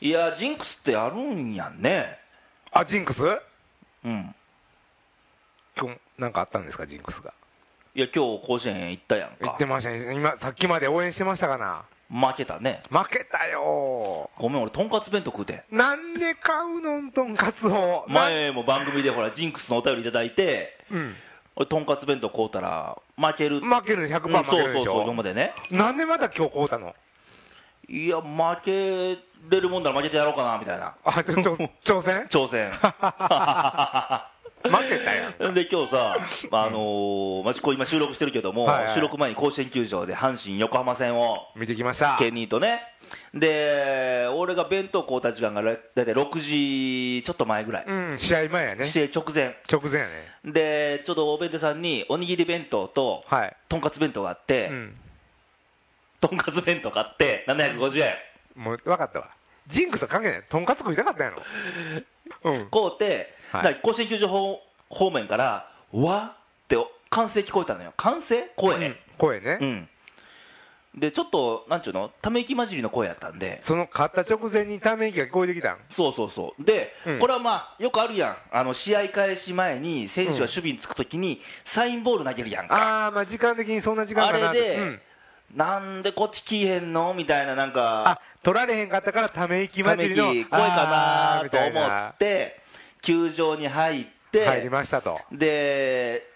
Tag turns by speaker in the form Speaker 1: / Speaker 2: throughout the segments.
Speaker 1: いやジンクスってあるんやんね
Speaker 2: あジンクス
Speaker 1: うん
Speaker 2: 今日なんかあったんですかジンクスが
Speaker 1: いや今日甲子園行ったやん
Speaker 2: 言っ
Speaker 1: か
Speaker 2: てましたね今さっきまで応援してましたかな
Speaker 1: 負けたね
Speaker 2: 負けたよ
Speaker 1: ごめん俺とんかつ弁当食うて
Speaker 2: なんで買うのんとんかつをな
Speaker 1: 前も番組でほらジンクスのお便りいただいて
Speaker 2: うん
Speaker 1: 俺とんかつ弁当買うたら負ける
Speaker 2: 負け
Speaker 1: う
Speaker 2: る100%
Speaker 1: ん
Speaker 2: 負けるでし
Speaker 1: そうそうそう
Speaker 2: ょ、
Speaker 1: 今までね
Speaker 2: なんでまだ今日買うたの
Speaker 1: いや負けれるもんなら負けてやろうかなみたいな
Speaker 2: あちょちょ挑戦
Speaker 1: 挑 戦
Speaker 2: 負けたやん
Speaker 1: で今日さ、あのーまあ、こう今収録してるけども、
Speaker 2: はいはい
Speaker 1: 収録前に甲子園球場で阪神横浜戦を
Speaker 2: 見てきました
Speaker 1: ケニーとねで俺が弁当買うた時間がだいたい6時ちょっと前ぐらい、
Speaker 2: うん試合前やね
Speaker 1: 試合直前
Speaker 2: 直前やね
Speaker 1: でちょうどお弁当さんにおにぎり弁当と
Speaker 2: はい、
Speaker 1: とんかつ弁当があって、
Speaker 2: うん、
Speaker 1: とんかつ弁当買って750円
Speaker 2: もう分かったわジンクスは関係ないとんかつ食いたかったんやろうん
Speaker 1: 買うて、
Speaker 2: はい
Speaker 1: だから甲子園球場方方面からわって歓声聞こえたのよ歓声声ね、
Speaker 2: 声ね、
Speaker 1: うん、でちょっとなんちゅうのため息混じりの声やったんで
Speaker 2: その買った直前にため息が聞こえてきたん
Speaker 1: そうそうそうで、
Speaker 2: うん
Speaker 1: これはまあよくあるやんあの試合開始前に選手が守備につくときにサインボール投げるやんか、
Speaker 2: ああまあ時間的にそんな時間かな
Speaker 1: あれで
Speaker 2: うん、
Speaker 1: なんでこっち来いへんのみたいななん
Speaker 2: あ
Speaker 1: か
Speaker 2: 取られへんかったからため息
Speaker 1: た
Speaker 2: 混
Speaker 1: め
Speaker 2: じり
Speaker 1: 息
Speaker 2: の
Speaker 1: 声か
Speaker 2: あー
Speaker 1: な
Speaker 2: み
Speaker 1: と
Speaker 2: たい
Speaker 1: 思
Speaker 2: な
Speaker 1: って球場に入って
Speaker 2: 入りましたと
Speaker 1: で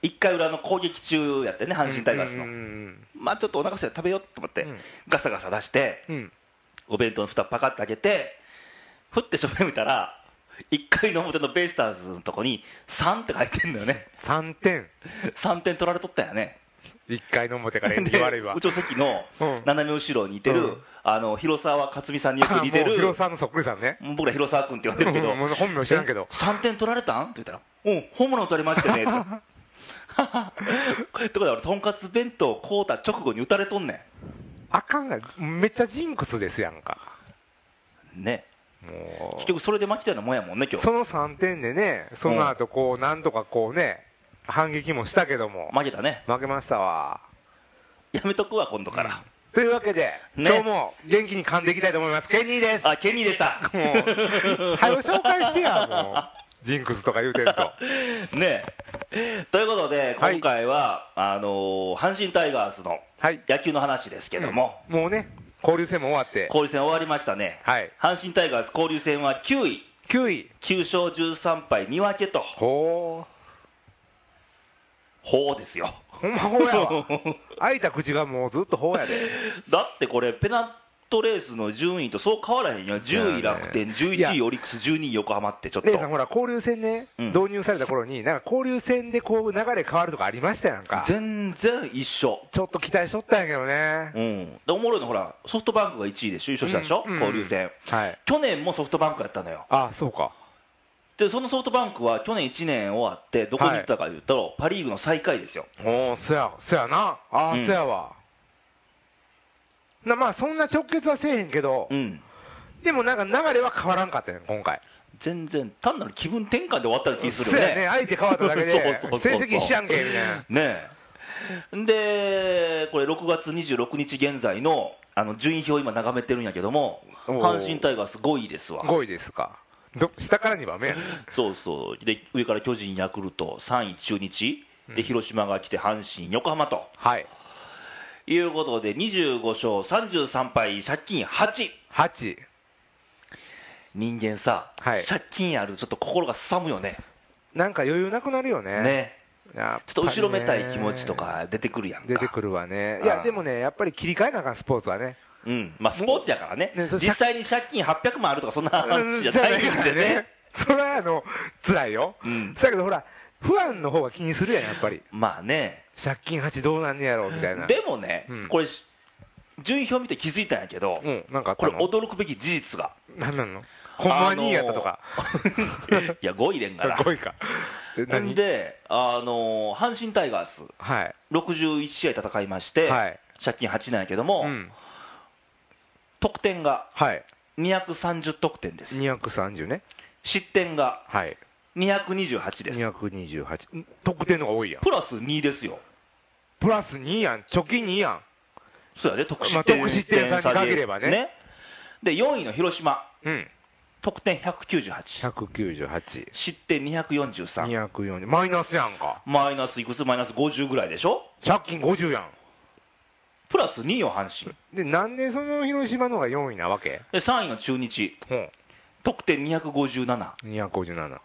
Speaker 1: 1回裏の攻撃中やってね阪神タイガースの、
Speaker 2: うんうん
Speaker 1: まあちょっとお腹空いたら食べようと思って、
Speaker 2: うん
Speaker 1: ガサガサ出して
Speaker 2: うんうん
Speaker 1: お弁当の蓋パカッと開けてふって正面見たら1回の表のベイスターズのとこに3って書いてんだよね
Speaker 2: 3点
Speaker 1: 3点取られとったよね
Speaker 2: 1回の表から演技
Speaker 1: で
Speaker 2: 悪いわ
Speaker 1: うちの席の
Speaker 2: うん
Speaker 1: 斜め後ろにいてる、
Speaker 2: うん
Speaker 1: あの広沢克美さんによく似て
Speaker 2: あもう
Speaker 1: る
Speaker 2: 広沢のそっくりさんね
Speaker 1: 僕ら広沢君って呼んでるけど
Speaker 2: もう本名知らんけど
Speaker 1: 3点取られたんって言ったら「うんホームラン打たれましてね」とってことは俺とんかつ弁当買うた直後に打たれとんね
Speaker 2: あかんがめっちゃジンクスですやんか
Speaker 1: んね
Speaker 2: も
Speaker 1: 結
Speaker 2: う
Speaker 1: 局それで負けたようなもんやもんね今日
Speaker 2: その3点でねその後こうなんとかこうね反撃もしたけども
Speaker 1: 負けたね
Speaker 2: 負けましたわ
Speaker 1: やめとくわ今度から、
Speaker 2: というわけで
Speaker 1: ね
Speaker 2: 今日も元気に噛んでいきたいと思いますケニーです
Speaker 1: あケニーでした
Speaker 2: もう、はよ紹介してや、もう。ジンクスとか言うてると。
Speaker 1: ねえということで
Speaker 2: はい
Speaker 1: 今回は、あのー阪神タイガースの
Speaker 2: はい。
Speaker 1: 野球の話ですけども、
Speaker 2: もうね、交流戦も終わって、
Speaker 1: 交流戦終わりましたね、
Speaker 2: はい。
Speaker 1: 阪神タイガース交流戦は9位
Speaker 2: 9位。
Speaker 1: 9勝13敗2分けと
Speaker 2: ほ
Speaker 1: ほう ですよ
Speaker 2: う。ほんまほうや わ。開いた口がもうずっとほうやで。
Speaker 1: だってこれペナントレースの順位とそう変わらへんよ10位
Speaker 2: だよね
Speaker 1: 楽天
Speaker 2: いや
Speaker 1: 11位オリックス12位横浜ってちょっと
Speaker 2: レイさん、ほら、交流戦ね、
Speaker 1: うん
Speaker 2: 導入された頃に、なんか交流戦でこう流れ変わるとかありましたやんか。
Speaker 1: 全然一緒
Speaker 2: ちょっと期待しとったんやけどね。
Speaker 1: うんでおもろいのほらソフトバンクが1位でしょ優勝したでしょ、
Speaker 2: うんうん
Speaker 1: 交流戦
Speaker 2: はい。
Speaker 1: 去年もソフトバンクやったのよ
Speaker 2: あ、そうか。
Speaker 1: でそのソフトバンクは去年1年終わってどこに行ったかというと、パ・リーグの最下位ですよ
Speaker 2: おお、そや、そやな。あ
Speaker 1: う
Speaker 2: ー、
Speaker 1: ん
Speaker 2: そやわ。なまあ、そんな直結はせえへんけど、
Speaker 1: うん
Speaker 2: でもなんか流れは変わらんかったよ、今回。
Speaker 1: 全然単なる気分転換で終わった気する
Speaker 2: そ
Speaker 1: よ
Speaker 2: う
Speaker 1: ね
Speaker 2: やね相手変わっただけ で
Speaker 1: そうそうそうそ
Speaker 2: 成
Speaker 1: う
Speaker 2: 績一緒やんけみたいな
Speaker 1: ねえでこれ6月26日現在のあの順位表を今眺めてるんやけども
Speaker 2: おー
Speaker 1: 阪神タイガース5位ですわ
Speaker 2: 5位ですかど下から2番目やね
Speaker 1: そうそうで上から巨人ヤクルト3位中日で広島が来て阪神横浜と
Speaker 2: はい
Speaker 1: いうことで25勝33敗借金8
Speaker 2: 8
Speaker 1: 人間さ、
Speaker 2: はい
Speaker 1: 借金あるとちょっと心がすさむよね
Speaker 2: なんか余裕なくなるよね
Speaker 1: ね
Speaker 2: やっぱりね
Speaker 1: ちょっと後ろめたい気持ちとか出てくるやんか
Speaker 2: 出てくるわね
Speaker 1: あー
Speaker 2: いやでもねやっぱり切り替えなあかんスポーツはね
Speaker 1: うんまあ、スポーツやからね
Speaker 2: ねそう
Speaker 1: 実際に借金800万あるとかそんな話じゃないんでね
Speaker 2: それはあの辛いよ
Speaker 1: うん
Speaker 2: だけどほら不安の方が気にするやんやっぱり
Speaker 1: まあね
Speaker 2: 借金8どうなんねやろうみたいな
Speaker 1: でもね、
Speaker 2: うん
Speaker 1: これし順位表見て気づいたんやけど、
Speaker 2: うんなんかあっ
Speaker 1: これ
Speaker 2: たの
Speaker 1: 驚くべき事実が
Speaker 2: 何なのほんまにやったとか
Speaker 1: いや5位でん から
Speaker 2: 5位かえ
Speaker 1: ん
Speaker 2: 何
Speaker 1: で、あのー阪神タイガース
Speaker 2: はい
Speaker 1: 61試合戦いまして、
Speaker 2: はい
Speaker 1: 借金8なんやけども、
Speaker 2: うん
Speaker 1: 得点が
Speaker 2: はい
Speaker 1: 230得点です
Speaker 2: 230ね
Speaker 1: 失点が
Speaker 2: はい
Speaker 1: 228です
Speaker 2: 228ん得点の方が多いやん
Speaker 1: プラス2ですよ
Speaker 2: プラス2やん貯金2やん
Speaker 1: そうやで、特殊
Speaker 2: まあ
Speaker 1: 点、
Speaker 2: 得失点差にかければね
Speaker 1: で4位の広島
Speaker 2: うん、
Speaker 1: 得点198
Speaker 2: 198、
Speaker 1: 失点243
Speaker 2: 240、マイナスやんか、
Speaker 1: マイナスいくつマイナス50ぐらいでしょ
Speaker 2: 借金50やん。
Speaker 1: プラス2位を阪神
Speaker 2: でなんでその広島の方が4位なわけ
Speaker 1: で3位の中日
Speaker 2: うん
Speaker 1: 得点257
Speaker 2: 257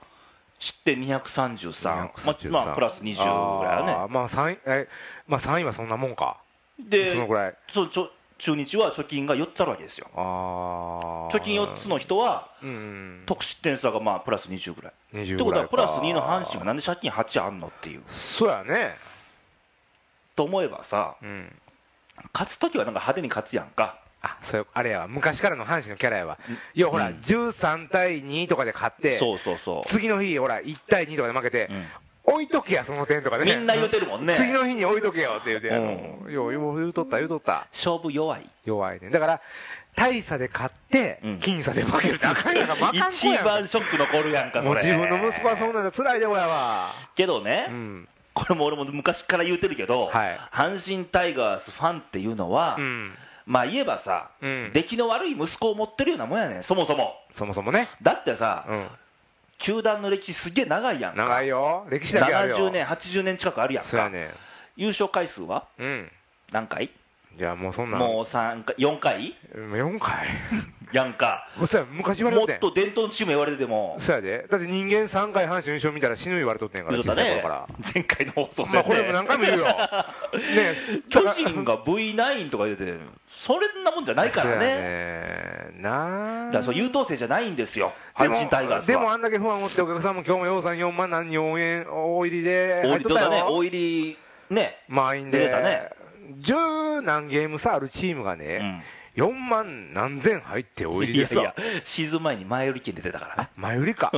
Speaker 1: 失点233
Speaker 2: 233
Speaker 1: まあまあプラス20ぐらいだ
Speaker 2: あ
Speaker 1: ね
Speaker 2: ーまあ3位えまあ3位はそんなもんか
Speaker 1: で
Speaker 2: そのぐらい
Speaker 1: そうちょ中日は貯金が4つあるわけですよ
Speaker 2: ああ
Speaker 1: 貯金4つの人は
Speaker 2: うん
Speaker 1: 得失点差がまあプラス20ぐらい
Speaker 2: 20
Speaker 1: って
Speaker 2: ぐ
Speaker 1: こと
Speaker 2: らい
Speaker 1: は
Speaker 2: か
Speaker 1: プラス2の阪神がなんで借金8あんのっていう
Speaker 2: そうやね
Speaker 1: と思えばさ
Speaker 2: うん
Speaker 1: 勝つ時はなんか派手に勝つやんか
Speaker 2: あそういうあれやわ昔からの阪神のキャラやわいやほら、
Speaker 1: うん
Speaker 2: 13対2とかで勝って
Speaker 1: そうそうそ
Speaker 2: 次の日ほら1対2とかで負けて
Speaker 1: う、、うん
Speaker 2: 置いとけやその点とかね
Speaker 1: みんな言うてるもんね
Speaker 2: 次の日に置いとけよって言うて、あのようよう言うとった言うとった
Speaker 1: 勝負弱い
Speaker 2: 弱いねだから大差で勝って、
Speaker 1: うん
Speaker 2: 僅差で負けるってあかんやんか負かん子
Speaker 1: 一
Speaker 2: やん
Speaker 1: 番ショック残るやんかそれ
Speaker 2: もう自分の息子はそんなんで辛いで親は
Speaker 1: けどね、
Speaker 2: うん
Speaker 1: これも俺も昔から言うてるけど、
Speaker 2: はい
Speaker 1: 阪神タイガースファンっていうのは、
Speaker 2: うん
Speaker 1: まあ言えばさ、
Speaker 2: うん
Speaker 1: 出来の悪い息子を持ってるようなもんやねんそもそも
Speaker 2: そもそもね
Speaker 1: だってさ、
Speaker 2: うん
Speaker 1: 球団の歴史すげえ長いやんか
Speaker 2: 長いよ歴史だけあるよ
Speaker 1: 70年80年近くあるやん
Speaker 2: そう
Speaker 1: か
Speaker 2: やね
Speaker 1: 優勝回数は
Speaker 2: うん
Speaker 1: 何回
Speaker 2: じゃあもうそんなん
Speaker 1: もう三回4回
Speaker 2: うん4回
Speaker 1: やんか
Speaker 2: もうそうや昔言われ
Speaker 1: も
Speaker 2: と
Speaker 1: っ
Speaker 2: って
Speaker 1: と伝
Speaker 2: ん
Speaker 1: 統のチーム言われてても
Speaker 2: そうやでだって人間3回阪神優勝見たら死ぬ言われとってんから
Speaker 1: 言うと
Speaker 2: 小
Speaker 1: った
Speaker 2: さい頃
Speaker 1: ね
Speaker 2: から
Speaker 1: 前回の放送で、ね
Speaker 2: まあこれも何回も 言うよねえ
Speaker 1: 巨人が V9 とか言うててそんなもんじゃないから
Speaker 2: そうや
Speaker 1: ね
Speaker 2: ねなあ
Speaker 1: だからそう優等生じゃないんですよ
Speaker 2: で
Speaker 1: 阪
Speaker 2: も
Speaker 1: 神タイガース
Speaker 2: でも
Speaker 1: は
Speaker 2: あんだけ不安を持ってお客さんも今日もようさん4万何人応援大入りで
Speaker 1: 大入
Speaker 2: 入っ
Speaker 1: り
Speaker 2: と
Speaker 1: と
Speaker 2: った
Speaker 1: だね
Speaker 2: よ
Speaker 1: 大入りね
Speaker 2: 満員で
Speaker 1: 出たね
Speaker 2: 十何ゲーム差あるチームが
Speaker 1: う
Speaker 2: ね、
Speaker 1: ん
Speaker 2: 4万何千入って大入り
Speaker 1: い
Speaker 2: で
Speaker 1: や
Speaker 2: す
Speaker 1: い
Speaker 2: よ
Speaker 1: やシーズン前に前売り券出てたからね
Speaker 2: 前売りか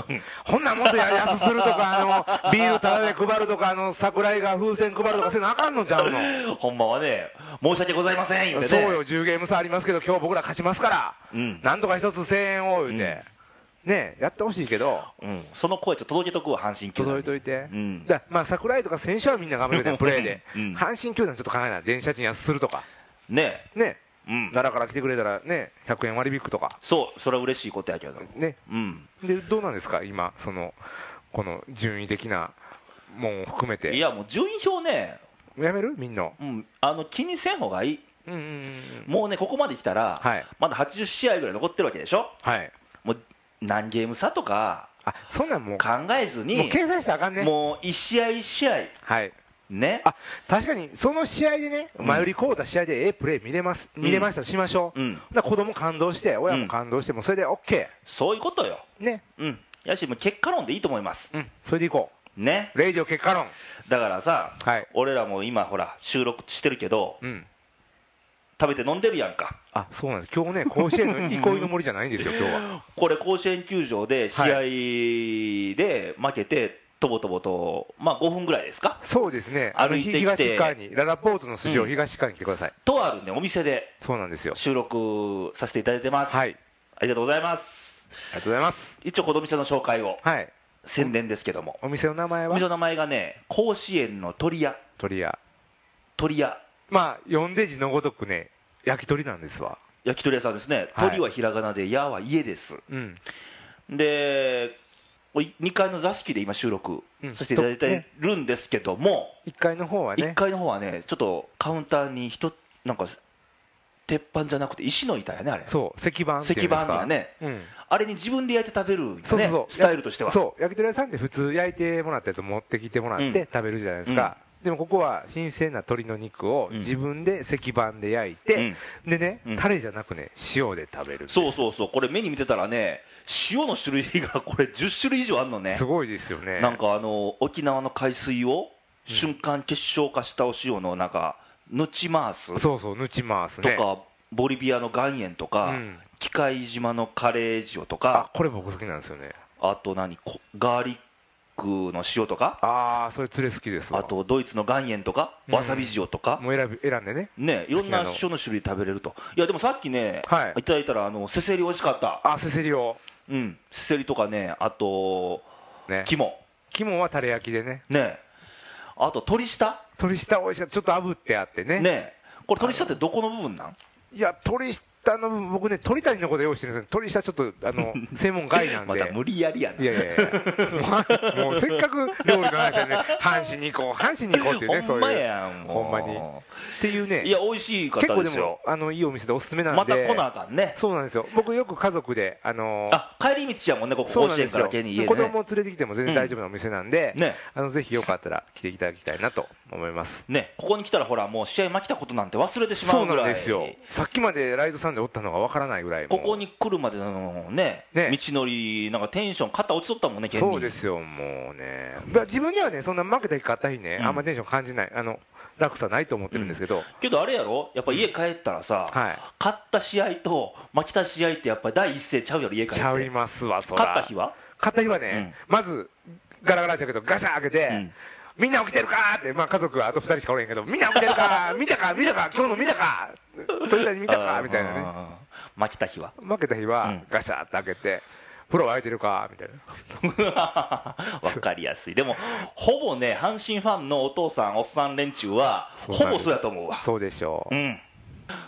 Speaker 2: ほんなんもっとや安すると かあのビールタダで配るとかあの桜井が風船配るとかせなあかんのちゃう の
Speaker 1: ほんまはね申し訳ございません言て
Speaker 2: そう
Speaker 1: ね
Speaker 2: よ10ゲーム差ありますけど今日僕ら勝ちますから、
Speaker 1: うん
Speaker 2: なんとか一つ1000円を言うて、ねやってほしいけど
Speaker 1: うん、その声ちょっと届けとくわ阪神球団
Speaker 2: 届
Speaker 1: に
Speaker 2: いといて、
Speaker 1: うん
Speaker 2: だまあ桜井とか選手はみんな頑張 ってくれたプレーで、
Speaker 1: うん
Speaker 2: 阪神球団ちょっと考えない電車賃安するとか
Speaker 1: ね
Speaker 2: ね
Speaker 1: うん
Speaker 2: 奈良から来てくれたらね100円割引くとか
Speaker 1: そうそれは嬉しいことやけど
Speaker 2: ね
Speaker 1: うん
Speaker 2: でどうなんですか今そのこの順位的なもんを含めて
Speaker 1: い
Speaker 2: や
Speaker 1: やもう順位表ね、
Speaker 2: めるみんな
Speaker 1: うん、あの気にせん方がいい
Speaker 2: うんうんうん
Speaker 1: もうねここまで来たら、
Speaker 2: はい
Speaker 1: まだ80試合ぐらい残ってるわけでしょ
Speaker 2: はい
Speaker 1: もう何ゲーム差とか
Speaker 2: あそんなんもう
Speaker 1: 考えずに
Speaker 2: もう計算したらあかんね
Speaker 1: もう一試合一試合
Speaker 2: はい
Speaker 1: ね
Speaker 2: あ確かにその試合でね
Speaker 1: うん
Speaker 2: 前売りこうた試合でええプレー見れます見れましたしましょう、
Speaker 1: うん
Speaker 2: だから子供感動して親も感動してもうそれで OK
Speaker 1: そういうことよ
Speaker 2: ね
Speaker 1: うんやしもう結果論でいいと思います
Speaker 2: うんそれでいこ
Speaker 1: ね
Speaker 2: うレイディオ結果論
Speaker 1: だからさ、
Speaker 2: はい
Speaker 1: 俺らも今ほら収録してるけど
Speaker 2: うん
Speaker 1: 食べて飲んでるやんか
Speaker 2: あそうなんです今日 ね甲子園の憩いの森じゃないんですよ今日は
Speaker 1: これ甲子園球場で試合で負けてとぼとぼとまあ5分ぐらいですか
Speaker 2: そうですね
Speaker 1: 歩
Speaker 2: あの
Speaker 1: いてきて
Speaker 2: 東側にララポートの筋を
Speaker 1: うん
Speaker 2: 東側に来てください、
Speaker 1: とあるねお店で
Speaker 2: そうなんですよ
Speaker 1: 収録させていただいてます、
Speaker 2: はい
Speaker 1: ありがとうございます
Speaker 2: ありがとうございます
Speaker 1: 一応この店の紹介を
Speaker 2: はい
Speaker 1: 宣伝ですけども
Speaker 2: お店の名前
Speaker 1: お店
Speaker 2: は
Speaker 1: の名前がね甲子園の鳥屋
Speaker 2: 鳥屋
Speaker 1: 鳥屋
Speaker 2: まあ四デジのごとくね焼き鳥なんですわ
Speaker 1: 焼き鳥屋さんですね、
Speaker 2: はい
Speaker 1: 鳥はひらがなで屋は家です
Speaker 2: うん
Speaker 1: で2階の座敷で今収録
Speaker 2: うん
Speaker 1: させていただいてるんですけども、
Speaker 2: 1階の方は
Speaker 1: 1
Speaker 2: ね
Speaker 1: 階の方はねちょっとカウンターに人なんか鉄板じゃなくて石の板やねあれ
Speaker 2: そう石板ってい
Speaker 1: 石
Speaker 2: うんです
Speaker 1: 板
Speaker 2: か
Speaker 1: やね
Speaker 2: うん
Speaker 1: あれに自分で焼いて食べるんよね
Speaker 2: そうそうそう
Speaker 1: スタイルとしては
Speaker 2: そう焼き鳥屋さんって普通焼いてもらったやつ持ってきてもらっ
Speaker 1: うん
Speaker 2: て食べるじゃないですか、でもここは新鮮な鶏の肉を
Speaker 1: うん
Speaker 2: 自分で石板で焼いて、でね、
Speaker 1: うん
Speaker 2: タレじゃなくね塩で食べる
Speaker 1: そうそうそうこれ目に見てたらね塩の種類がこれ10種類以上あるのね
Speaker 2: すごいですよね
Speaker 1: なんかあの沖縄の海水を瞬間結晶化したお塩のなんかぬちマース
Speaker 2: そうそうぬち回す
Speaker 1: と
Speaker 2: ね
Speaker 1: かボリビアの岩塩とか
Speaker 2: うん
Speaker 1: 機械島のカレー塩と
Speaker 2: あ
Speaker 1: か
Speaker 2: これ僕好きなんですよね
Speaker 1: あと何こガーリックの塩とか
Speaker 2: ああそれ釣れ好きですわ
Speaker 1: あとドイツの岩塩とか
Speaker 2: うん
Speaker 1: わさび塩とか
Speaker 2: もう選び選んでね
Speaker 1: ねいろんな塩の種類食べれるといやでもさっきね
Speaker 2: はい
Speaker 1: いただいたらあのせせり美味しかった
Speaker 2: あせせりを
Speaker 1: うんせせりとかねあと
Speaker 2: ね
Speaker 1: 肝
Speaker 2: 肝はタレ焼きでね
Speaker 1: ねあと鳥下
Speaker 2: 鶏下美味しかったちょっと炙ってあってね
Speaker 1: ねこれ鳥下ってどこの部分なん
Speaker 2: いや鶏下あの僕ね鳥谷のこと用意してるんですけど鳥下ちょっと あの専門外なんで
Speaker 1: また無理やりや
Speaker 2: いやい
Speaker 1: な
Speaker 2: やいやもうせっかく料理の話でね阪神に行こう阪神に行こうっていうね
Speaker 1: ほんまやん
Speaker 2: そういうほんまに
Speaker 1: も
Speaker 2: っていうね
Speaker 1: ういや美味しい
Speaker 2: 結
Speaker 1: 方
Speaker 2: 構
Speaker 1: で
Speaker 2: です
Speaker 1: よ
Speaker 2: もあのいいお店でおすすめなんで
Speaker 1: また来なあかんね
Speaker 2: そうなんですよ僕よく家族であの
Speaker 1: あ帰り道やもんねここ
Speaker 2: そうな
Speaker 1: 甲子
Speaker 2: んで
Speaker 1: 園
Speaker 2: す
Speaker 1: から
Speaker 2: よ
Speaker 1: 家に家で
Speaker 2: 子
Speaker 1: ね
Speaker 2: 供を連れてきても全然大丈夫なお店なんで、
Speaker 1: ね
Speaker 2: あのぜひよかったら来ていただきたいなと思います
Speaker 1: ねここに来たらほらもう試合負けたことなんて忘れてしま
Speaker 2: そうう
Speaker 1: ぐ
Speaker 2: なん
Speaker 1: ら
Speaker 2: で
Speaker 1: い
Speaker 2: すよさっきまでライドさんでおったのがわからないぐらいも
Speaker 1: こ
Speaker 2: う
Speaker 1: こに来るまでのね
Speaker 2: ね
Speaker 1: 道のりなんかテンション肩落ちとったもんね現に
Speaker 2: そうですよもうねまあ自分ではねそんな負けた日勝った日ね、
Speaker 1: うん
Speaker 2: あんまテンション感じないあの落差ないと思ってるんですけど、
Speaker 1: けどあれやろやっぱ家帰ったらさ、
Speaker 2: はい
Speaker 1: 勝った試合と負けた試合ってやっぱり第一声ちゃうやろ家帰って
Speaker 2: ちゃいますわそら
Speaker 1: 勝った日は
Speaker 2: 買った日はね、まずガラガラしたけどガシャ開けて、
Speaker 1: うん
Speaker 2: みんな起きてるかーって、まあ、家族はあと2人しかおれへんけどみんな起きてるか ー見たか見たか今日の見たか鳥谷見たか
Speaker 1: あー
Speaker 2: みたいなね
Speaker 1: あー負けた日は
Speaker 2: 負けた日
Speaker 1: う
Speaker 2: は
Speaker 1: ん
Speaker 2: ガシャって開けて風呂沸いてるかーみたい な
Speaker 1: わかりやすいでもほぼね阪神ファンのお父さんおっさん連中は
Speaker 2: そう
Speaker 1: ほ
Speaker 2: なんで
Speaker 1: ぼ
Speaker 2: す
Speaker 1: そうやと思うわ
Speaker 2: そうでしょ
Speaker 1: う
Speaker 2: う、
Speaker 1: ん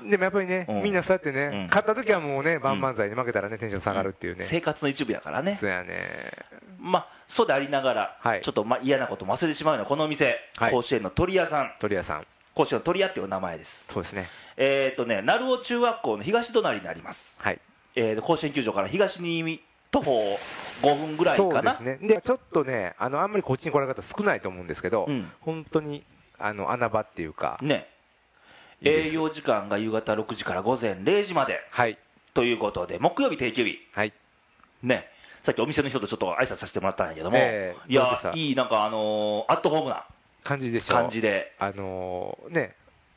Speaker 2: でもやっぱりね、
Speaker 1: うん
Speaker 2: みんなそうやってね、
Speaker 1: うん
Speaker 2: 勝った時はもうね万々歳に負けたらねテンション下がるっていうね、
Speaker 1: 生活の一部やからね
Speaker 2: そうやね
Speaker 1: まあそうでありながら、
Speaker 2: はい
Speaker 1: ちょっとまあ嫌なことも忘れてしまうようなこのお店、
Speaker 2: はい
Speaker 1: 甲子園の鳥屋さん
Speaker 2: 鳥谷さん
Speaker 1: 甲子園の鳥屋っていうお名前です
Speaker 2: そうですね
Speaker 1: えっ、とね鳴尾中学校の東隣になります
Speaker 2: はい
Speaker 1: えー、甲子園球場から東に徒歩5分ぐらいかな、
Speaker 2: そうですねでちょっとねあのあんまりこっちに来られる方少ないと思うんですけど、
Speaker 1: うん
Speaker 2: 本当にあの穴場っていうか、
Speaker 1: ね
Speaker 2: いいです
Speaker 1: 営業時間が夕方6時から午前0時まで
Speaker 2: はい
Speaker 1: ということで木曜日定休日
Speaker 2: はい
Speaker 1: ねさっきお店の人とちょっと挨拶させてもらったんやけども、
Speaker 2: ええ
Speaker 1: い
Speaker 2: どうでし
Speaker 1: や
Speaker 2: た
Speaker 1: いいなんかあのーアットホームな
Speaker 2: 感じでしょ
Speaker 1: 感じで、
Speaker 2: あのーね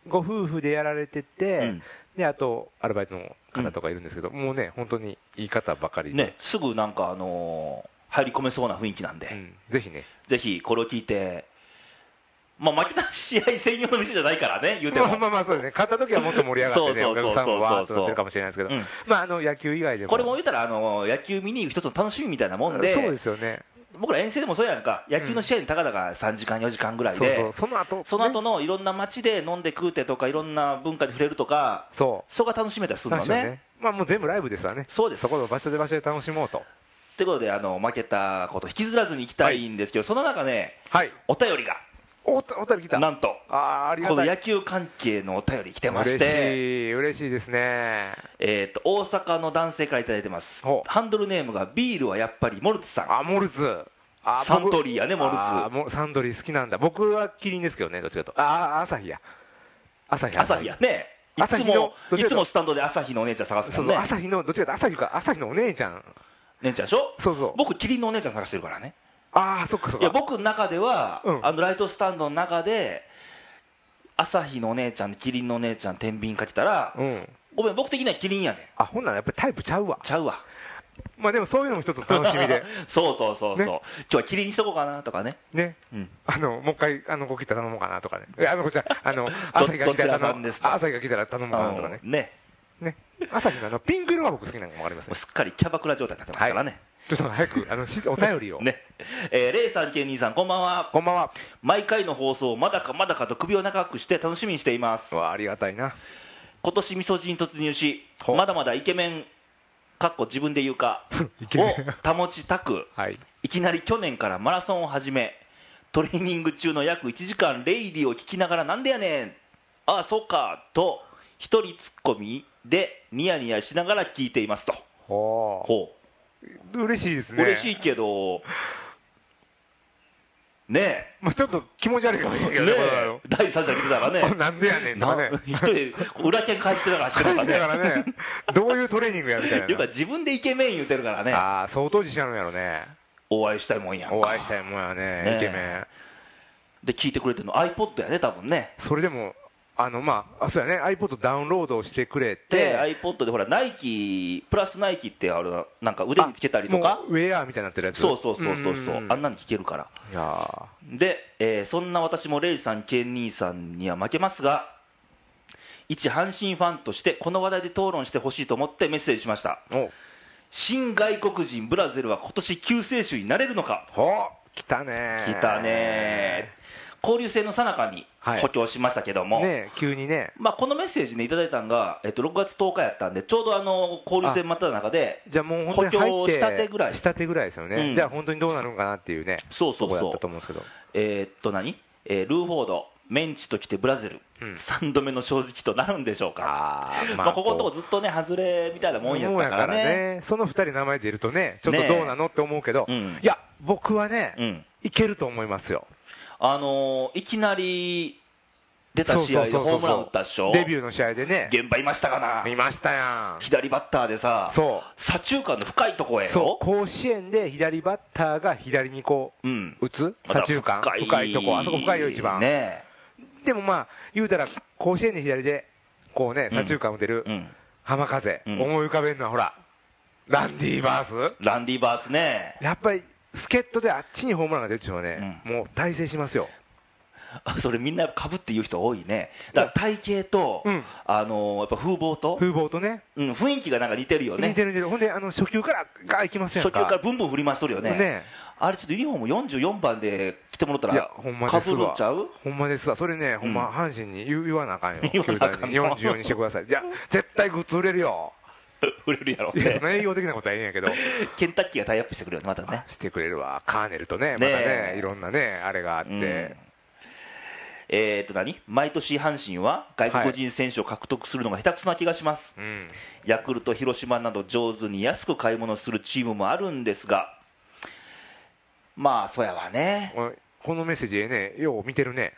Speaker 2: ご夫婦でやられてて、
Speaker 1: うん
Speaker 2: であとアルバイトの方とかいるんですけど、もうね本当にいい方ばかりで、
Speaker 1: ね、すぐなんかあのー入り込めそうな雰囲気なんで、
Speaker 2: うん、ぜひね
Speaker 1: ぜひこれを聞いてまあ負けた試合専用の店じゃないからね言うても、
Speaker 2: まあまあまあそうですね買った時はもっと盛り上がってね
Speaker 1: そうそう
Speaker 2: お
Speaker 1: そうそ
Speaker 2: 客さ
Speaker 1: うん
Speaker 2: もわーっ
Speaker 1: そうそうそう
Speaker 2: となってるかもしれないですけど、
Speaker 1: うん
Speaker 2: まああの野球以外でも
Speaker 1: これも言うたらあのー野球見に行く一つの楽しみみたいなもんで
Speaker 2: そうですよね
Speaker 1: 僕ら遠征でもそうやんか野球の試合にたかだか3時間4時間ぐらい
Speaker 2: そう
Speaker 1: で、
Speaker 2: そうその後、ね、
Speaker 1: その後のいろんな街で飲んで食うてとかいろんな文化に触れるとか
Speaker 2: そう
Speaker 1: そこが楽しめたりするの
Speaker 2: 確かに
Speaker 1: ね。
Speaker 2: まあもう全部ライブですわね
Speaker 1: そうです
Speaker 2: そこの場所で場所で楽しもうと
Speaker 1: ということであの負けたこと引きずらずに行きたいんですけど、その中ね
Speaker 2: はい
Speaker 1: お便りが
Speaker 2: おたおたび来た
Speaker 1: なんと
Speaker 2: ああありが
Speaker 1: この
Speaker 2: たい
Speaker 1: 野球関係のお便り来てまし、
Speaker 2: 嬉してい嬉しいですね
Speaker 1: えー、と大阪の男性から頂いてます
Speaker 2: ほう
Speaker 1: ハンドルネームがビールはやっぱりモルツさん
Speaker 2: あモルツあ
Speaker 1: サントリーやねモルツ
Speaker 2: あもうサントリー好きなんだ僕はキリンですけどねどっちかというとああ朝日や朝日
Speaker 1: 朝日やねい
Speaker 2: 朝
Speaker 1: つ
Speaker 2: 日
Speaker 1: も
Speaker 2: のどち
Speaker 1: い
Speaker 2: ら
Speaker 1: つ
Speaker 2: か
Speaker 1: もスタンドで朝日のお姉ちゃん探す
Speaker 2: そ
Speaker 1: も
Speaker 2: うんそう
Speaker 1: ね
Speaker 2: 朝日のどっちかというと朝日か朝日のお姉ちゃん
Speaker 1: 姉ちゃんでしょ
Speaker 2: そうそう
Speaker 1: 僕キリンのお姉ちゃん探してるからね
Speaker 2: ああそっかそっ
Speaker 1: いや
Speaker 2: か
Speaker 1: 僕の中では、
Speaker 2: うん
Speaker 1: あのライトスタンドの中で朝日のお姉ちゃんキリンのお姉ちゃん天秤かけたら、
Speaker 2: うん
Speaker 1: ごめん僕的にはキリンやねん
Speaker 2: あほんならやっぱりタイプちゃうわ
Speaker 1: ちゃうわ
Speaker 2: まあでもそういうのも一つ楽しみで
Speaker 1: そうそうそうそう、
Speaker 2: ね
Speaker 1: 今日はキリンにしとこうかなとかね、
Speaker 2: ね
Speaker 1: うん、
Speaker 2: あのもう一回あのごきた頼もうかなとかねいやあのこちら あの朝日が来たら
Speaker 1: どちらさ
Speaker 2: 頼
Speaker 1: ん
Speaker 2: む
Speaker 1: ですか
Speaker 2: 朝日が来たら頼もうかなとかね
Speaker 1: あのね
Speaker 2: ね朝日のあのピンク色が僕好きなのもわかります
Speaker 1: もう
Speaker 2: ね
Speaker 1: すっかりキャバクラ状態になってますからね、
Speaker 2: ちょっと早くあのしお便りを
Speaker 1: ねえー、レイさん、ケニーさん、こんばんは。
Speaker 2: こんばんは
Speaker 1: 毎回の放送、まだかまだかと首を長くして楽しみにしています
Speaker 2: う。わありがたいな
Speaker 1: 今年みそじに突入し、
Speaker 2: ほう
Speaker 1: まだまだイケメン、かっこ自分で言うか、
Speaker 2: イケメン
Speaker 1: を保ちたく、
Speaker 2: はい
Speaker 1: いきなり去年からマラソンを始めトレーニング中の約1時間レイディを聞きながらなんでやねんああそうかと一人ツッコミでニヤニヤしながら聞いていますと
Speaker 2: おー
Speaker 1: ほ
Speaker 2: 嬉しいです
Speaker 1: う、
Speaker 2: ね
Speaker 1: 嬉しいけどね
Speaker 2: まあちょっと気持ち悪いかもしれ
Speaker 1: え
Speaker 2: んけど
Speaker 1: ね
Speaker 2: ね
Speaker 1: え第三者聞いてたら
Speaker 2: これあの
Speaker 1: ね
Speaker 2: なんでやねんとかね
Speaker 1: な一人で裏剣返してたからして
Speaker 2: だ
Speaker 1: るか
Speaker 2: から
Speaker 1: ね
Speaker 2: らねどういうトレーニングやみたいな
Speaker 1: いうか自分でイケメン言うてるからね
Speaker 2: ああ相当自信あるんやろね
Speaker 1: お会いしたいもんやんか
Speaker 2: お会いしたいもんや
Speaker 1: ね
Speaker 2: ねイケメン
Speaker 1: で聞いてくれてるの iPod やね多分ね
Speaker 2: それでもあのまああそうやね iPod ダウンロードしてくれ
Speaker 1: で
Speaker 2: て
Speaker 1: iPod でほらナイキプラスナイキってあれなんか腕につけたりとか
Speaker 2: もうウェアみたいになってるやつ
Speaker 1: そうそうそうそうそうあん
Speaker 2: な
Speaker 1: なに聞けるから
Speaker 2: いや
Speaker 1: で、えーそんな私もレイジさんケン兄さんには負けますが一阪神ファンとしてこの話題で討論してほしいと思ってメッセージしました
Speaker 2: ーお
Speaker 1: 新外国人ブラゼルは今年救世主になれるのか
Speaker 2: ほう来たね
Speaker 1: 来たね交流戦のさなかに
Speaker 2: はい
Speaker 1: 補強しましたけども、
Speaker 2: ね急にね
Speaker 1: まあ、このメッセージね、いただいたのが、えっと、6月10日やったんで、ちょうどあの交流戦真っ只中で、
Speaker 2: じゃあもう本当に
Speaker 1: 補強
Speaker 2: 入って
Speaker 1: したてぐらい
Speaker 2: したてぐらいですよね、
Speaker 1: うん
Speaker 2: じゃあ本当にどうなるのかなっていうね
Speaker 1: そうそう
Speaker 2: とこだ
Speaker 1: そ
Speaker 2: ったと
Speaker 1: う、
Speaker 2: 思うんですけど
Speaker 1: えーっと何、えールーフォード、メンチときてブラゼル、
Speaker 2: うん
Speaker 1: 3度目の正直となるんでしょうか、
Speaker 2: あー
Speaker 1: まあ、ここのとこずっとね、外れみたいなもんやったから
Speaker 2: もんや
Speaker 1: ね。
Speaker 2: その2人名前出るとねちょっとどうなのって思うけど、
Speaker 1: うん
Speaker 2: いや僕はね、
Speaker 1: うん
Speaker 2: いけると思いますよ
Speaker 1: あのーいきなり出た
Speaker 2: そう
Speaker 1: 試
Speaker 2: そ
Speaker 1: 合
Speaker 2: う
Speaker 1: で
Speaker 2: そう
Speaker 1: ホ
Speaker 2: そ
Speaker 1: ームラン打った
Speaker 2: う
Speaker 1: っしょ
Speaker 2: デビューの試合でね
Speaker 1: 現場いましたかな
Speaker 2: 見ましたやん
Speaker 1: 左バッターでさ
Speaker 2: そ
Speaker 1: 左中間の深いとこへよ
Speaker 2: そう甲子園で左バッターが左にこう
Speaker 1: うん
Speaker 2: 打つ
Speaker 1: また
Speaker 2: 左中間深いとこあそこ深いよ一番、
Speaker 1: ね
Speaker 2: でもまあ言うたら甲子園で左でこうね左中間打てる
Speaker 1: え、うん、
Speaker 2: 浜風、
Speaker 1: うん
Speaker 2: 思い浮かべるのはほらランディ・バース
Speaker 1: ランディバースね
Speaker 2: やっぱり助っ人であっちにホームランが出るっていうのはね、もう大成しますよ
Speaker 1: あ それみんなかぶって言う人多いねだから体型と、
Speaker 2: うん
Speaker 1: あのーやっぱ風貌と、
Speaker 2: 風貌とね
Speaker 1: うん、雰囲気がなんか似てるよね
Speaker 2: 似てる似てるほんであの初球からがいきますや
Speaker 1: 初
Speaker 2: ん
Speaker 1: 球
Speaker 2: か
Speaker 1: からブンブン振り回しとるよね
Speaker 2: ね
Speaker 1: あれちょっとユニフォーム44番で着てもらった
Speaker 2: いや
Speaker 1: ら
Speaker 2: ほんま
Speaker 1: か
Speaker 2: です
Speaker 1: ぶるん
Speaker 2: わ
Speaker 1: ちゃう
Speaker 2: ほんまですわそれねほんま
Speaker 1: う
Speaker 2: 阪神に言う言わなあかんよ
Speaker 1: 言わな
Speaker 2: 球
Speaker 1: あ
Speaker 2: 団
Speaker 1: かん
Speaker 2: に
Speaker 1: の
Speaker 2: 44にしてくださいいや絶対グッズ売れるよ
Speaker 1: 売れるやろ
Speaker 2: いやそ
Speaker 1: ね
Speaker 2: の営業的なことはええんや けど
Speaker 1: ケンタッキーがタイアップしてくるよねまたね
Speaker 2: あしてくれるわカーネルとねまた
Speaker 1: ね
Speaker 2: ね
Speaker 1: え
Speaker 2: いろんなねあれがあっ
Speaker 1: うん
Speaker 2: て
Speaker 1: えー、と何毎年阪神は外国人選手を獲得するのが下手くそな気がします、
Speaker 2: うん
Speaker 1: ヤクルト、広島など上手に安く買い物するチームもあるんですがまあそやわね
Speaker 2: おいこのメッセージええねよう見てるね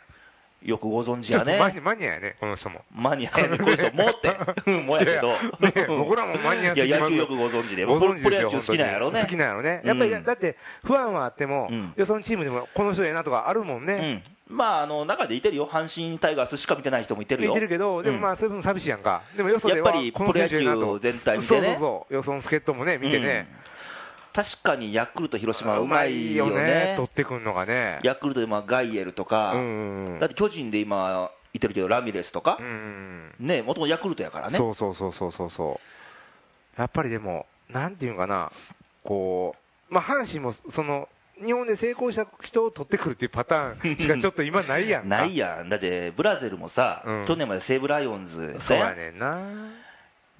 Speaker 1: よくご存知
Speaker 2: ちょ
Speaker 1: や
Speaker 2: っとマニ
Speaker 1: ね
Speaker 2: マニアやねこの人も
Speaker 1: マニアやねこういう人もう ってうんもうやけど
Speaker 2: いやいやね僕らもマニア
Speaker 1: いや野球よ
Speaker 2: よ
Speaker 1: くご存知で
Speaker 2: ご存知
Speaker 1: プ
Speaker 2: で
Speaker 1: ロ
Speaker 2: すよ
Speaker 1: 野球好きなんやろね
Speaker 2: 本当に好きなんやろね
Speaker 1: うん
Speaker 2: やっぱり、だって不安はあっても、
Speaker 1: うん
Speaker 2: よそのチームでもこの人ええなとかあるもんね、
Speaker 1: うん、まああの中でいてるよ阪神タイガースしか見てない人もいてる
Speaker 2: 言
Speaker 1: よ
Speaker 2: ってるけど、でもまあそういう分寂しいやんかでもよそで
Speaker 1: やっ
Speaker 2: は
Speaker 1: ぱり
Speaker 2: この選手ええな
Speaker 1: プロ野
Speaker 2: と
Speaker 1: 球全体見てね
Speaker 2: そうそうそうよその助っ人もね見てね、
Speaker 1: うん確かにヤクルト広
Speaker 2: う
Speaker 1: 島うまいよね
Speaker 2: 取ってくんのがね
Speaker 1: ヤクルトでまあガイエルとか、
Speaker 2: うんうんうん
Speaker 1: だって巨人で今いてるけどラミレスとか
Speaker 2: うんう、ん
Speaker 1: ねもともとヤクルトやからね
Speaker 2: そうそうそうそうそうそうやっぱりでもなんていうんかなこうまあ阪神もその日本で成功した人を取ってくるっていうパターンしかちょっと今ないやんか
Speaker 1: ないやんだってブラゼルもさ、
Speaker 2: うん
Speaker 1: 去年まで西武ライオンズやった
Speaker 2: そう
Speaker 1: や
Speaker 2: や
Speaker 1: んね
Speaker 2: ねんな
Speaker 1: え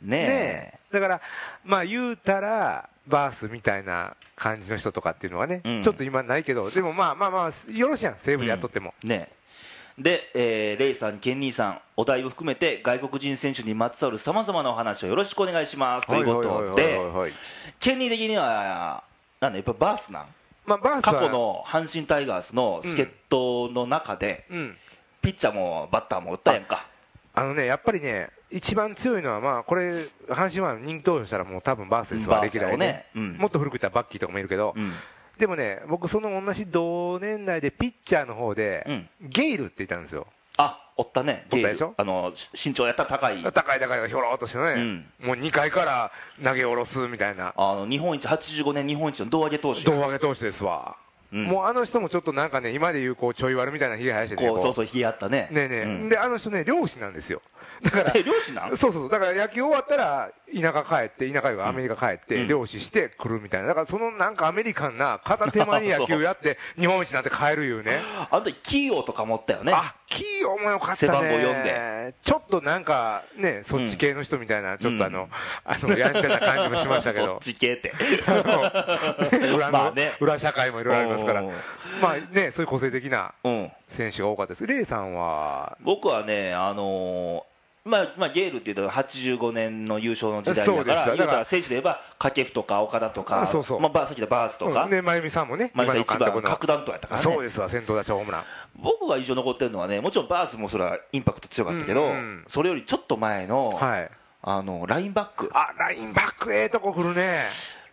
Speaker 2: ねえだからまあ言うたらバースみたいな感じの人とかっていうのはね、
Speaker 1: うん
Speaker 2: ちょっと今ないけどでもまあまあまあよろしいやん西武でやっとっても、
Speaker 1: ねえで、えーレイさん、ケンニーさん、お題を含めて外国人選手にまつわるさまざまなお話をよろしくお願いしますということで、
Speaker 2: で
Speaker 1: ケンニー的には、なんだ、やっぱバースなん、
Speaker 2: まあバース
Speaker 1: 過
Speaker 2: は
Speaker 1: 去の阪神タイガースの助っ人の中で、
Speaker 2: うん
Speaker 1: ピッチャーもバッターも打ったやんか、
Speaker 2: あのねやっぱりね一番強いのはまあこれ阪神は人気投票したらもう多分バースですわ
Speaker 1: バース
Speaker 2: 歴
Speaker 1: だ
Speaker 2: 代
Speaker 1: よね
Speaker 2: ね、
Speaker 1: うん
Speaker 2: もっと古く言ったらバッキーとかもいるけど、
Speaker 1: うん、
Speaker 2: でもね僕その同じ同年代でピッチャーの方で、
Speaker 1: うん
Speaker 2: ゲイルっていたんですよ
Speaker 1: あおったね、
Speaker 2: おったでしょ
Speaker 1: ゲイルあのし身長やったら高い、
Speaker 2: 高い高いがひょろーっとしてね、もう2階から投げ下ろすみたいな
Speaker 1: あの日本一、85年日本一の胴上げ投手
Speaker 2: 胴、上げ投手ですわ、
Speaker 1: うん
Speaker 2: もうあの人もちょっとなんかね今で言うこうちょい悪みたいなひげ生やしてて
Speaker 1: こうそう
Speaker 2: う
Speaker 1: そう、ひげあったね、
Speaker 2: ねえねえ、
Speaker 1: うん
Speaker 2: であの人ね漁師なんですよだから
Speaker 1: え漁師なん
Speaker 2: そうそうそうだから野球終わったら田舎帰って田舎よりアメリカ帰っ
Speaker 1: う
Speaker 2: て
Speaker 1: ん
Speaker 2: 漁師して来るみたいなだからそのなんかアメリカンな片手間に野 球やって日本一になって帰るいうね
Speaker 1: あの時キーオーとか持ったよね。
Speaker 2: あキー重よかったね
Speaker 1: 背番号四で
Speaker 2: ちょっとなんかねそっち系の人みたいな、ちょっとあの,、あのやんちゃな感じもしました け
Speaker 1: そっ
Speaker 2: ど
Speaker 1: ち系って。
Speaker 2: あの 裏の、
Speaker 1: まあね
Speaker 2: 裏社会もいろいろありますから
Speaker 1: おー
Speaker 2: まあねそういう個性的な
Speaker 1: うん、
Speaker 2: 選手が多かったですレイさんは
Speaker 1: 僕はね、あのーまあまあ、ゲールっていうと85年の優勝の時代
Speaker 2: そ
Speaker 1: だ
Speaker 2: う
Speaker 1: か
Speaker 2: ですよ
Speaker 1: ら、言
Speaker 2: だから
Speaker 1: うたら選手で言えば、掛布とか岡田とか、
Speaker 2: そうそう
Speaker 1: まあ、ばさっきのバースとか、
Speaker 2: うんね真由美さんもね
Speaker 1: まあ、一
Speaker 2: 今の
Speaker 1: 番、格段とやったから
Speaker 2: そう
Speaker 1: ね、
Speaker 2: ですわ先頭打者ホームラン
Speaker 1: 僕が印象に残ってるのはね、もちろんバースもそれはインパクト強かったけど、
Speaker 2: うんうん
Speaker 1: それよりちょっと前の,、
Speaker 2: はい
Speaker 1: あのラインバック、
Speaker 2: あラインバックええとこ来るね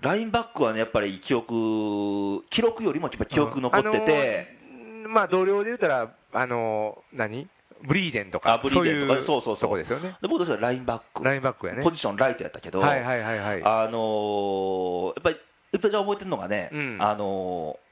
Speaker 1: ラインバックはね、やっぱり記憶、記録よりもやっぱ記憶残ってて、
Speaker 2: あのーまあ同僚で言ったらあのー何ブリーデンと
Speaker 1: あ
Speaker 2: か
Speaker 1: ブリーデンとかね
Speaker 2: そういう
Speaker 1: そうそうそう
Speaker 2: とこですよね
Speaker 1: で僕としてはラインバック、
Speaker 2: ラインバックやね
Speaker 1: ポジションライトやったけど。
Speaker 2: はいはいはいはい
Speaker 1: あのー、やっぱり、やっぱりじゃあ覚えてるのがね、
Speaker 2: うん
Speaker 1: あのー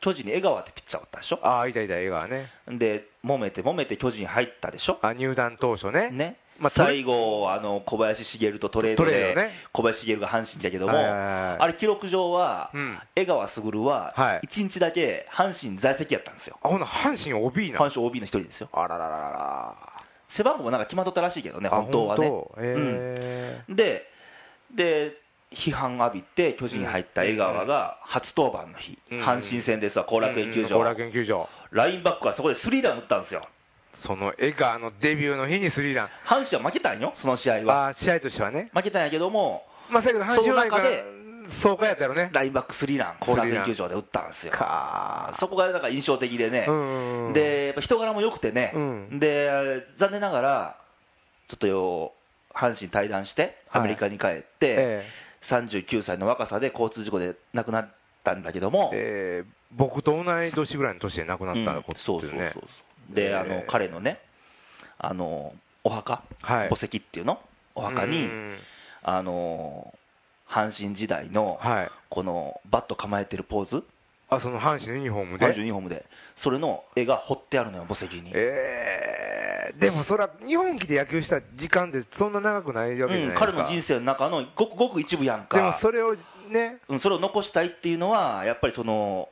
Speaker 1: 巨人に江川ってピッチャーおったでしょ、
Speaker 2: ああいたいた映画はね
Speaker 1: で、揉めて揉めて巨人入ったでしょ、
Speaker 2: あ入団当初ね
Speaker 1: ね、
Speaker 2: まあトレ
Speaker 1: 最後あの小林茂とトレード
Speaker 2: トレー
Speaker 1: で
Speaker 2: ドね
Speaker 1: 小林茂が阪神だけども、
Speaker 2: はいはいはい
Speaker 1: あれ記録上は、
Speaker 2: うん
Speaker 1: 江川卓は
Speaker 2: はい
Speaker 1: 1日だけ阪神在籍やったんですよ、
Speaker 2: あほな阪神 OB な
Speaker 1: 阪神 OB の一人ですよ
Speaker 2: あららららら
Speaker 1: 背番号もなんか決まっとったらしいけどね
Speaker 2: あ
Speaker 1: 本当はね
Speaker 2: 本当へ
Speaker 1: でで批判浴びて巨人に入った江川が初登板の日、
Speaker 2: うん
Speaker 1: 阪神戦ですわ後
Speaker 2: ー
Speaker 1: 楽園球場、
Speaker 2: 後楽園球場
Speaker 1: ラインバックはそこでスリーラン打ったんですよ
Speaker 2: その江川のデビューの日にスリーラン
Speaker 1: 阪神は負けたんよその試合は
Speaker 2: あー試合としてはね
Speaker 1: 負けたんやけども
Speaker 2: まあせやけど阪神はなんか
Speaker 1: その中で
Speaker 2: そうかやったよね
Speaker 1: ラインバックスリーラン後楽園球場で打ったんですよ
Speaker 2: か
Speaker 1: そこがなんか印象的でね、
Speaker 2: うん
Speaker 1: でやっぱ人柄も良くてね、
Speaker 2: うん
Speaker 1: で残念ながらちょっとよ阪神退団してアメリカに帰って、
Speaker 2: え
Speaker 1: 39歳の若さで交通事故で亡くなったんだけども、
Speaker 2: ええー僕と同い年ぐらいの年で亡くなったこと
Speaker 1: そう
Speaker 2: って
Speaker 1: そう
Speaker 2: い
Speaker 1: そう
Speaker 2: うね
Speaker 1: そうで、
Speaker 2: えー
Speaker 1: あの彼のねあのお墓、
Speaker 2: はい
Speaker 1: 墓石っていうのお墓に
Speaker 2: うん
Speaker 1: あの阪神時代の
Speaker 2: はい
Speaker 1: このバット構えてるポーズ
Speaker 2: あその阪神のユニフォームで
Speaker 1: 阪神ユニフォームでそれの絵が彫ってあるのよ墓石に、
Speaker 2: えーでもそら日本期で野球した時間ってそんな長くないわけじゃ
Speaker 1: う、
Speaker 2: なんいですか、
Speaker 1: 彼の人生の中のごくごく一部やんか
Speaker 2: でもそれをね
Speaker 1: うん、それを残したいっていうのはやっぱりその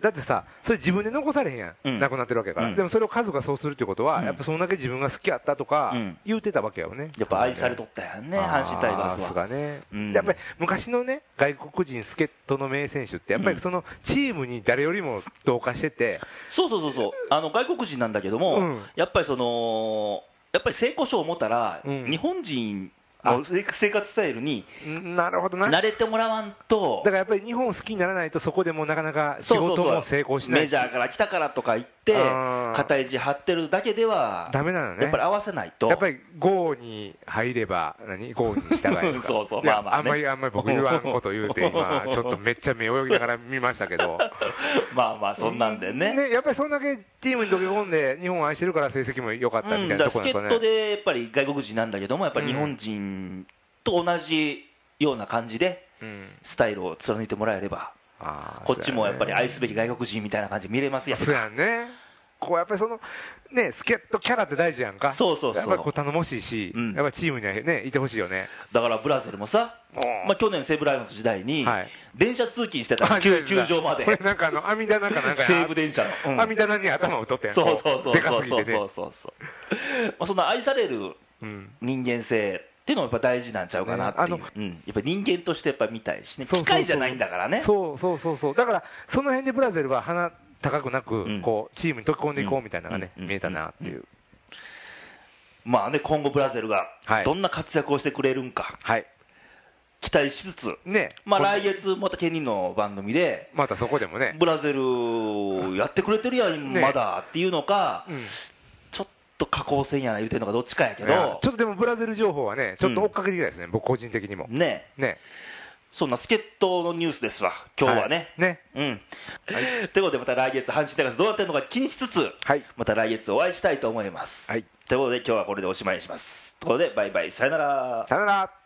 Speaker 2: だってさそれ自分で残されへんやん、
Speaker 1: うん
Speaker 2: 亡くなってるわけやから、
Speaker 1: うん
Speaker 2: でもそれを家族がそうするってことは、
Speaker 1: うん
Speaker 2: やっぱそんだけ自分が好きやったとか
Speaker 1: うん
Speaker 2: 言うてたわけやよね
Speaker 1: やっぱ愛されとったやんね
Speaker 2: あ
Speaker 1: 阪神タイガースは
Speaker 2: がね、
Speaker 1: うん
Speaker 2: やっぱり昔のね外国人助っ人の名選手ってやっぱりそのチームに誰よりも同化してて、
Speaker 1: そうそうそうそうあの外国人なんだけども、
Speaker 2: うん
Speaker 1: やっぱりそのやっぱり成功賞を持ったら、
Speaker 2: うん
Speaker 1: 日本人の生生活スタイルに
Speaker 2: んなるほどなだ
Speaker 1: 慣
Speaker 2: か
Speaker 1: れてもらわんと
Speaker 2: らやっぱり日本を好きにならないとそこでもうなかなか仕
Speaker 1: そうそう
Speaker 2: 事
Speaker 1: そう
Speaker 2: も成功しない
Speaker 1: メジャーから来たからとか言って
Speaker 2: あー
Speaker 1: 肩肘張ってるだけでは
Speaker 2: ダメなのね
Speaker 1: やっぱり合わせないと
Speaker 2: やっぱり5に入れば何5に従いですか
Speaker 1: そうそう
Speaker 2: いや
Speaker 1: まあまあね
Speaker 2: んまりあんまり僕言わんこと言うて今ちょっとめっちゃ目泳ぎながら見ましたけど
Speaker 1: まあま あそんなんでね,、
Speaker 2: ねやっぱりそんだけチームに溶け込んで日本を愛してるから成績も良かったみ
Speaker 1: うん、
Speaker 2: た
Speaker 1: だ
Speaker 2: い
Speaker 1: から
Speaker 2: なところ
Speaker 1: 助
Speaker 2: な
Speaker 1: っ人
Speaker 2: んですよね、
Speaker 1: でやっぱり外国人なんだけどもやっぱり日本人と同じような感じで
Speaker 2: うん
Speaker 1: スタイルを貫いてもらえれば
Speaker 2: あー
Speaker 1: こっちもやっぱり愛すべき
Speaker 2: そうやね
Speaker 1: 外国人みたいな感じで見れますやん
Speaker 2: そうやんねこうやっぱりそのね助っ人キャラって大事やんか
Speaker 1: そうそうそう
Speaker 2: やっぱりこう頼もしいし、
Speaker 1: うん
Speaker 2: やっぱりチームにはねいてほしいよね
Speaker 1: だからブラゼルもさ
Speaker 2: おー、
Speaker 1: まあ、去年西武ライオンズ時代に
Speaker 2: はい
Speaker 1: 電車通勤してたの球球場ま
Speaker 2: これ
Speaker 1: で
Speaker 2: なんかあの網棚かなんかや
Speaker 1: 西武電車の、うん
Speaker 2: 網棚に頭を取ってやん
Speaker 1: そうそう
Speaker 2: こ
Speaker 1: そう
Speaker 2: でかすぎ
Speaker 1: そう
Speaker 2: てね
Speaker 1: そうそうそうまあそんな愛される
Speaker 2: うん
Speaker 1: 人間性っていうのもやっぱ大事なんちゃうかなっていう、
Speaker 2: ね
Speaker 1: うん、やっぱ人間としてやっぱ見たいしね
Speaker 2: そうそうそう
Speaker 1: 機械じゃないんだからね
Speaker 2: そうそうそうそうだからその辺でブラゼルは鼻高くなく、
Speaker 1: ん
Speaker 2: こうチームに溶け込んでいこうみたいなのがね、
Speaker 1: うん
Speaker 2: 見えたなっていう、
Speaker 1: まあね今後ブラゼルが
Speaker 2: はい
Speaker 1: どんな活躍をしてくれるんか
Speaker 2: はい
Speaker 1: 期待しつつ、
Speaker 2: ね
Speaker 1: まあ、
Speaker 2: こ
Speaker 1: 来月またケニーの番組で
Speaker 2: またそこでもね
Speaker 1: ブラゼルやってくれてるやん
Speaker 2: ね
Speaker 1: まだっていうのか、
Speaker 2: うん
Speaker 1: ちょっと下降線やな言うてるのがどっちかやけ
Speaker 2: いや
Speaker 1: ど
Speaker 2: ちょっとでもブラゼル情報はねちょっと追っかけていきたいですね、僕個人的にも
Speaker 1: ね
Speaker 2: ね
Speaker 1: そんな助っ人のニュースですわ今日はね、
Speaker 2: いね
Speaker 1: うん、ということでまた来月阪神タイガースどうなってるのか気にしつつ、
Speaker 2: はい
Speaker 1: また来月お会いしたいと思います、
Speaker 2: はい
Speaker 1: ということで今日はこれでおしまいにしますということでバイバイさよなら
Speaker 2: さよなら